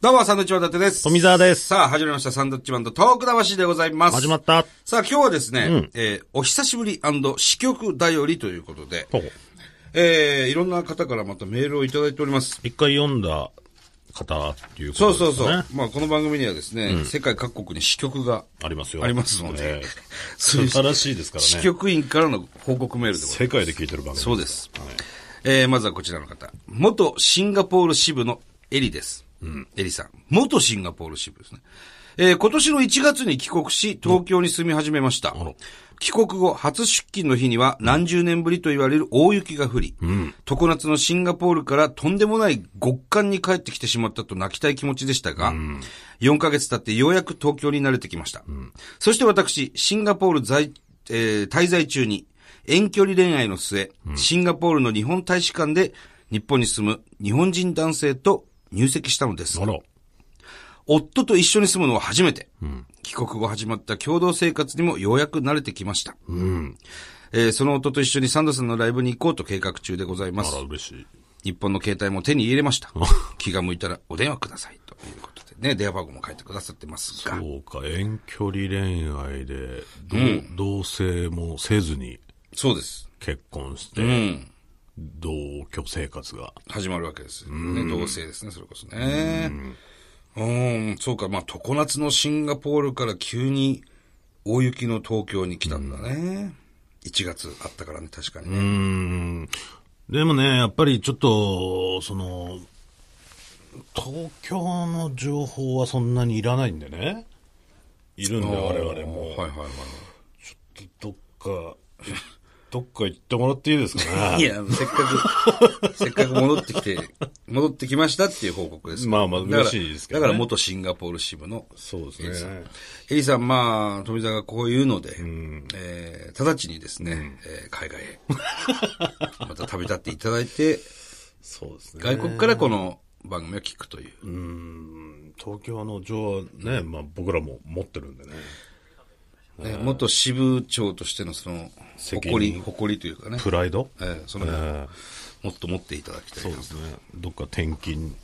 どうも、サンドウィッチマン伊達です。富澤ですさあ、始まりました、サンドウィッチマンとトーク魂でございます。始まった。さあ、今日はですね、えーお久しぶり支局だよりということで、ほうえー、いろんな方からまたメールをいただいております。一回読んだ方っていうこそとうそうですね。そう。まあ、この番組にはですね、世界各国に支局がありますよ。ありますので ええ、そういう素晴らしいですからね支局員からの報告メールでございます。世界で聞いてる番組。そうです。えー、まずはこちらの方。元シンガポール支部のエリです。うん。エリさん。元シンガポール支部ですね。えー、今年の1月に帰国し、東京に住み始めました。帰国後、初出勤の日には何十年ぶりと言われる大雪が降り、常夏のシンガポールからとんでもない極寒に帰ってきてしまったと泣きたい気持ちでしたが、4ヶ月経ってようやく東京に慣れてきました。そして私、シンガポール在、えー滞在中に、遠距離恋愛の末、シンガポールの日本大使館で日本に住む日本人男性と入籍したのですあ。ら、夫と一緒に住むのは初めて。帰国後始まった共同生活にもようやく慣れてきました。えーその夫と一緒にサンドさんのライブに行こうと計画中でございまあすら、。嬉しい。日本の携帯も手に入れました。気が向いたらお電話ください。ということでね、電話番号も書いてくださってますが。そうか、遠距離恋愛で、同同棲もせずにそうです。結婚して、同居生活が。始まるわけですよね。同性ですね、それこそね。うん、そうか、まあ、常夏のシンガポールから急に大雪の東京に来たんだね。1月あったからね、確かにうね。ーん。でもね、やっぱりちょっと、その、東京の情報はそんなにいらないんでね。いるんで、我々も。はいはいはどっか、 どっか行ってもらっていいですかい。 いね。や、せっか く、せっかく戻ってきて、戻ってきましたっていう報告です。まあまあ嬉しいですけどねだからだから元シンガポール支部のそうですね。エリさん、まあ、富澤がこういうので、えー直ちにですね、えー海外 へ、また旅立っていただいて、そうですね。外国からこの番組を聞くという。うん東京の情はね、まあ僕らも持ってるんでね。ね元支部長としてのその、責誇り、任誇りというかね。プライドええその、えもっと持っていただきたいそうですね。どっか転勤、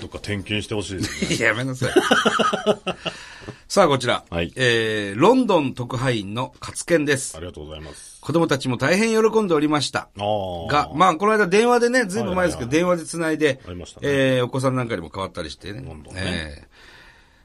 どっか転勤してほしいですね。 いややめなさい。 さあ、こちら。はいえー、ロンドン特派員の勝健ですあ。りがとうございます。子供たちも大変喜んでおりました。ああ。が、まあ、この間電話でね、ずいぶん前ですけど、は電話で繋いでありました、ねえーお子さんなんかにも変わったりしてねんどん。ねえー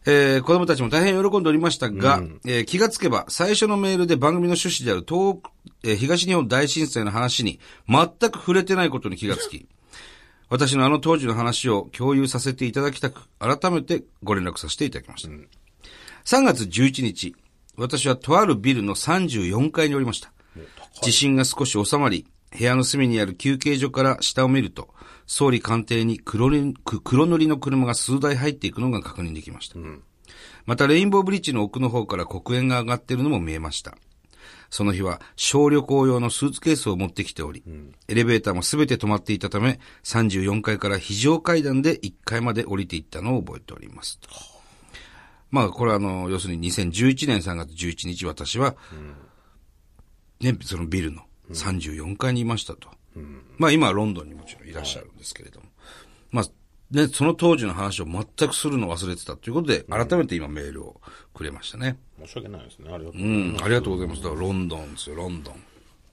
えー子供たちも大変喜んでおりましたが、えー気がつけば、最初のメールで番組の趣旨である東、えー東日本大震災の話に全く触れてないことに気がつき、 私のあの当時の話を共有させていただきたく、改めてご連絡させていただきました。3月11日、私はとあるビルの34階におりました。地震が少し収まり、部屋の隅にある休憩所から下を見ると、総理官邸に黒りく黒塗りの車が数台入っていくのが確認できました。またレインボーブリッジの奥の方から黒煙が上がっているのも見えました。その日は小旅行用のスーツケースを持ってきており、エレベーターもすべて止まっていたため、34階から非常階段で1階まで降りていったのを覚えております。まあ、これはあの、要するに2011年3月11日、私は、ね、そのビルの34階にいましたと。まあ、今はロンドンにもちろんいらっしゃるんですけれども。まあ、ね、その当時の話を全くするのを忘れてたということで、改めて今メールをくれましたね。申し訳ないですね。ありがとううん、ありがとうございます。だからロンドンですよ、ロンドン。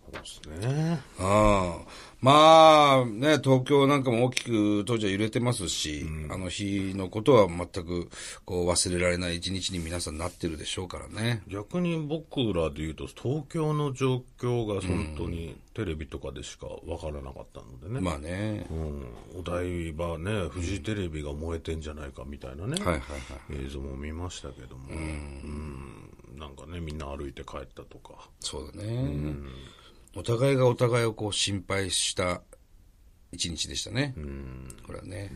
ございますね。ああまあ、ね、東京なんかも大きく当時は揺れてますし、あの日のことは全くこう忘れられない一日に皆さんなってるでしょうからね。逆に僕らで言うと、東京の状況が本当にテレビとかでしかわからなかったのでね。まあね。うん、お台場ね、フジテレビが燃えてんじゃないかみたいなね、はいはい映像も見ましたけども、うんなんかね、みんな歩いて帰ったとか、そうだね。お互いがお互いをこう心配した一日でしたね。これはね。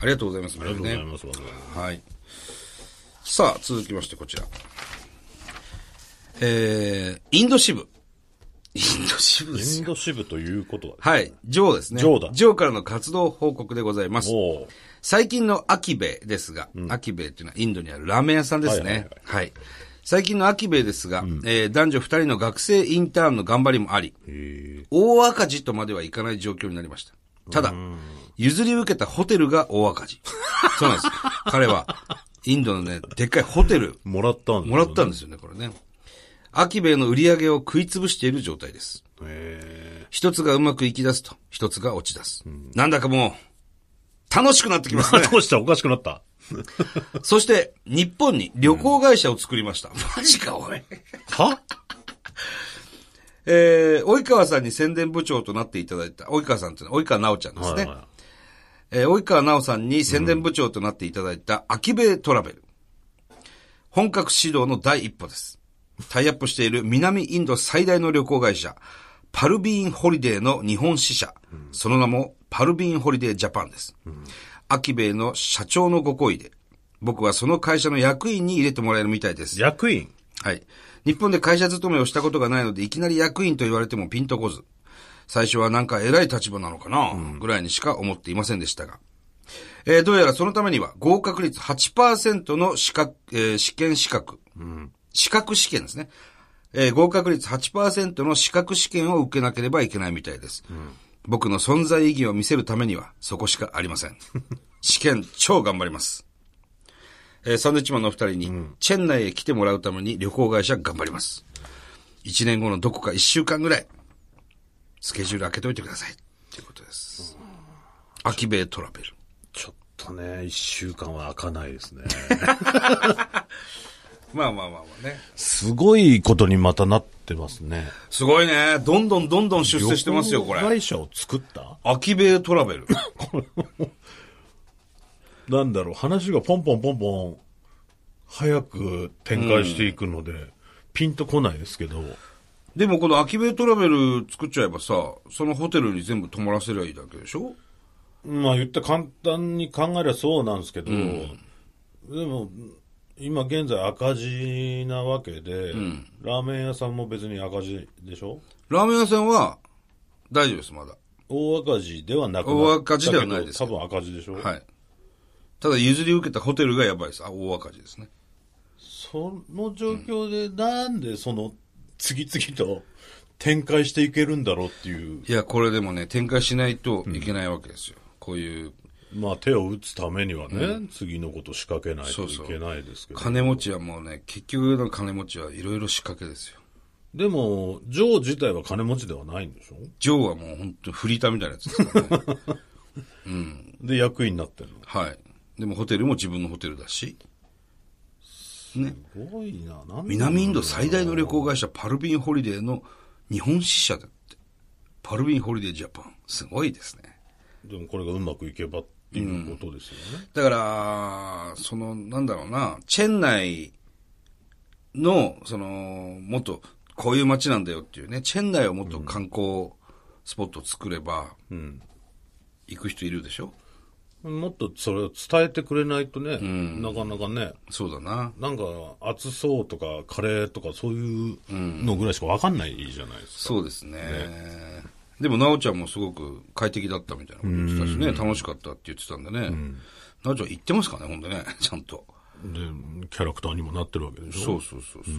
ありがとうございます。あありがとうございます、わざわざはい。さあ、続きましてこちら。えー、インド支部。インド支部ですインよ。ド支部ということは、はい。ジョーですね。ジョーだジョーからの活動報告でございます。も最近のアキベイですが、アキベイというのはインドにあるラーメン屋さんですはいはいね。はい最近のアキベイですが、えー男女2人の学生インターンの頑張りもあり、う、へえ大赤字とまではいかない状況になりました。ただ、譲り受けたホテルが大赤字。そう なんです。彼は、インドのね、でっかいホテル、もらったんだもらったんですよね、これね。アキベイの売り上げを食い潰している状態です。へ一つがうまくいき出すと、一つが落ち出す。なんだかもう、楽しくなってきますえ。ね。 どうしたおかしくなった。そして、日本に旅行会社を作りました。マジか、おい。はえー、及川さんに宣伝部長となっていただいた、及川さんっていうのは及川直ちゃんですね。はいはえー及川奈緒さんに宣伝部長となっていただいた、秋米トラベル。本格始動の第一歩です。タイアップしている南インド最大の旅行会社、パルビーンホリデーの日本支社。その名も、パルビーンホリデージャパンです。秋米の社長のご厚意で、僕はその会社の役員に入れてもらえるみたいですい。。役員はい。日本で会社勤めをしたことがないので、いきなり役員と言われてもピンとこず、最初はなんか偉い立場なのかな、ぐらいにしか思っていませんでしたが。えーどうやらそのためには、合格率8%の資格、えー試験資格、資格試験ですね。えー合格率8%の資格試験を受けなければいけないみたいです。僕の存在意義を見せるためには、そこしかありません。試験、超頑張ります。えーサンドウィッチマンのお二人に、チェン内へ来てもらうために旅行会社頑張ります。一年後のどこか一週間ぐらい、スケジュール開けといてください。ということです。秋米トラベル。ちょっとね、一週間は開かないで すね。まあまあまあまあね。すごいことにまたなってますね。すごいね。どんどんどんどん出世してますよ、こ旅行れ。会社を作った秋米トラベル。なんだろう、話がポンポンポンポン、早く展開していくので、ピンとこないですけど、でもこの秋米トラベル作っちゃえばさ、そのホテルに全部泊まらせりゃいいだけでしょまあ言ったら簡単に考えればそうなんですけど、でも、今現在赤字なわけで、ラーメン屋さんも別に赤字でしょラーメン屋さんは、大丈夫です、まだ。大赤字ではなくな大赤字ではないですだけど多分赤字でしょ、はい。ただ譲り受けたホテルがやばいです。あ、大赤字ですね。その状況で、なんでその、次々と展開していけるんだろうっていう、いや、これでもね、展開しないといけないわけですよ。こういう、まあ手を打つためにはね、次のこと仕掛けないとそういそうけないですけど。金持ちはもうね、結局の金持ちはいろいろ仕掛けですよ。でも、ジョー自体は金持ちではないんでしょジョーはもう本当にフリーターみたいなやつですからね。で、役員になってるの。はい。でもホテルも自分のホテルだし、すごいな、なんで南インド最大の旅行会社パルビンホリデーの日本支社だって。パルビンホリデージャパン。すごいですね。でもこれがうまくいけばっていうことですよね。だから、その、なんだろうな、チェン内の、その、もっと、こういう街なんだよっていうね、チェン内をもっと観光スポットを作れば、行く人いるでしょもっとそれを伝えてくれないとね、なかなかね、そうだな。なんか熱そうとかカレーとかそういうのぐらいしかわかんないじゃないですか。そうですね。でも、なおちゃんもすごく快適だったみたいなこと言ってたしね、楽しかったって言ってたんでね。なおちゃん行ってますかね、ほんでね、 ちゃんと。で、キャラクターにもなってるわけでしょ。そうそうそうそう。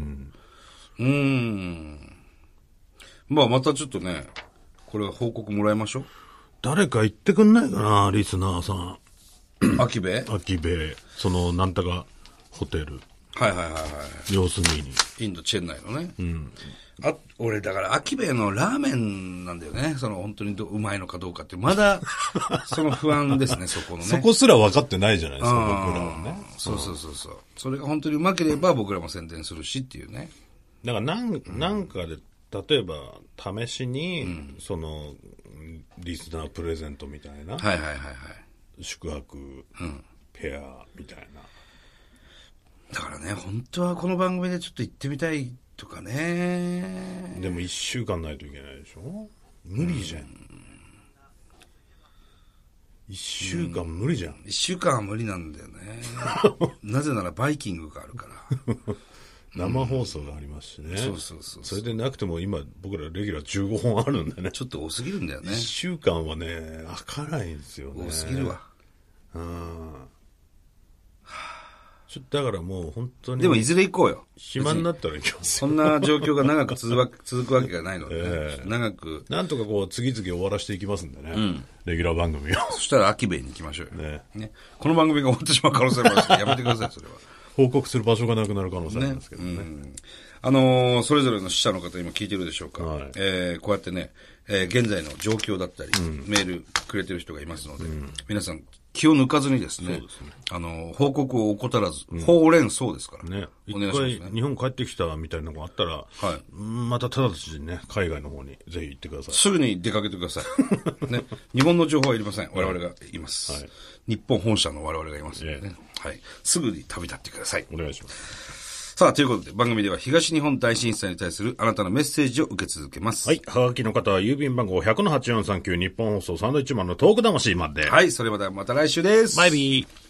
うん、ん。まあ、またちょっとね、これは報告もらいましょう。誰か言ってくんないかな、リスナーさん。秋部はい秋部、そのなんたかホテル、はいはいは様子見に。い。インドチェン内のね。あ、俺だから秋部のラーメンなんだよね。その本当にどうまいのかどうかって。ま だ、その不安ですね、そこのね。そこすら分かってないじゃないですか、僕らはうんね。そうそうそうそう。それが本当にうまければ僕らも宣伝するしっていうね。だからなんなんかで、例えば試しに、その、リスナープレゼントみたいな、はいはいはいはい。宿泊、ペアみたいな。だからね、本当はこの番組でちょっと行ってみたいとかね。でも1週間ないといけないでしょ無理じゃん。1週間無理じゃん。一週間は無理なんだよね。 なぜならバイキングがあるから。生放送がありますしね。そうそうそうそれでなくても今、僕らレギュラー15本あるんでね。ちょっと多すぎるんだよね1。週間はね、開かないんですよね。多すぎるわ。うん。ちょだからもう本当に。でもいずれ行こうよ。暇になったら行きま すそんな状況が長く続わ続くわけがないのでね、え長く、なんとかこう、次々終わらしていきますんでね。レギュラー番組を。そしたら秋兵衛に行きましょうよ、ねねこの番組が終わってしまう可能性もあるし、やめてください、それは。 報告する場所がなくなる可能性ありますけどね。うんあのーそれぞれの死者の方今聞いてるでしょうか。はいえーこうやってね、えー現在の状況だったり、メールくれてる人がいますので、皆さん気を抜かずにですね、あのー報告を怠らず、ほうれんそうですから、ね。一お願いしますね回、。日本帰ってきたみたいなのがあったら、いうんまた直ちにね、海外の方にぜひ行ってください。すぐに出かけてください。ね、日本の情報はいりません。我々がいます。はい日本本社の我々がいますのでね、えはい。すぐに旅立ってください。お願いします。さあ、ということで番組では東日本大震災に対するあなたのメッセージを受け続けます。はい。はがきの方は郵便番号100-8439日本放送サンドイッチマンのトーク魂まで。はい、それまではまた来週です。バイビー。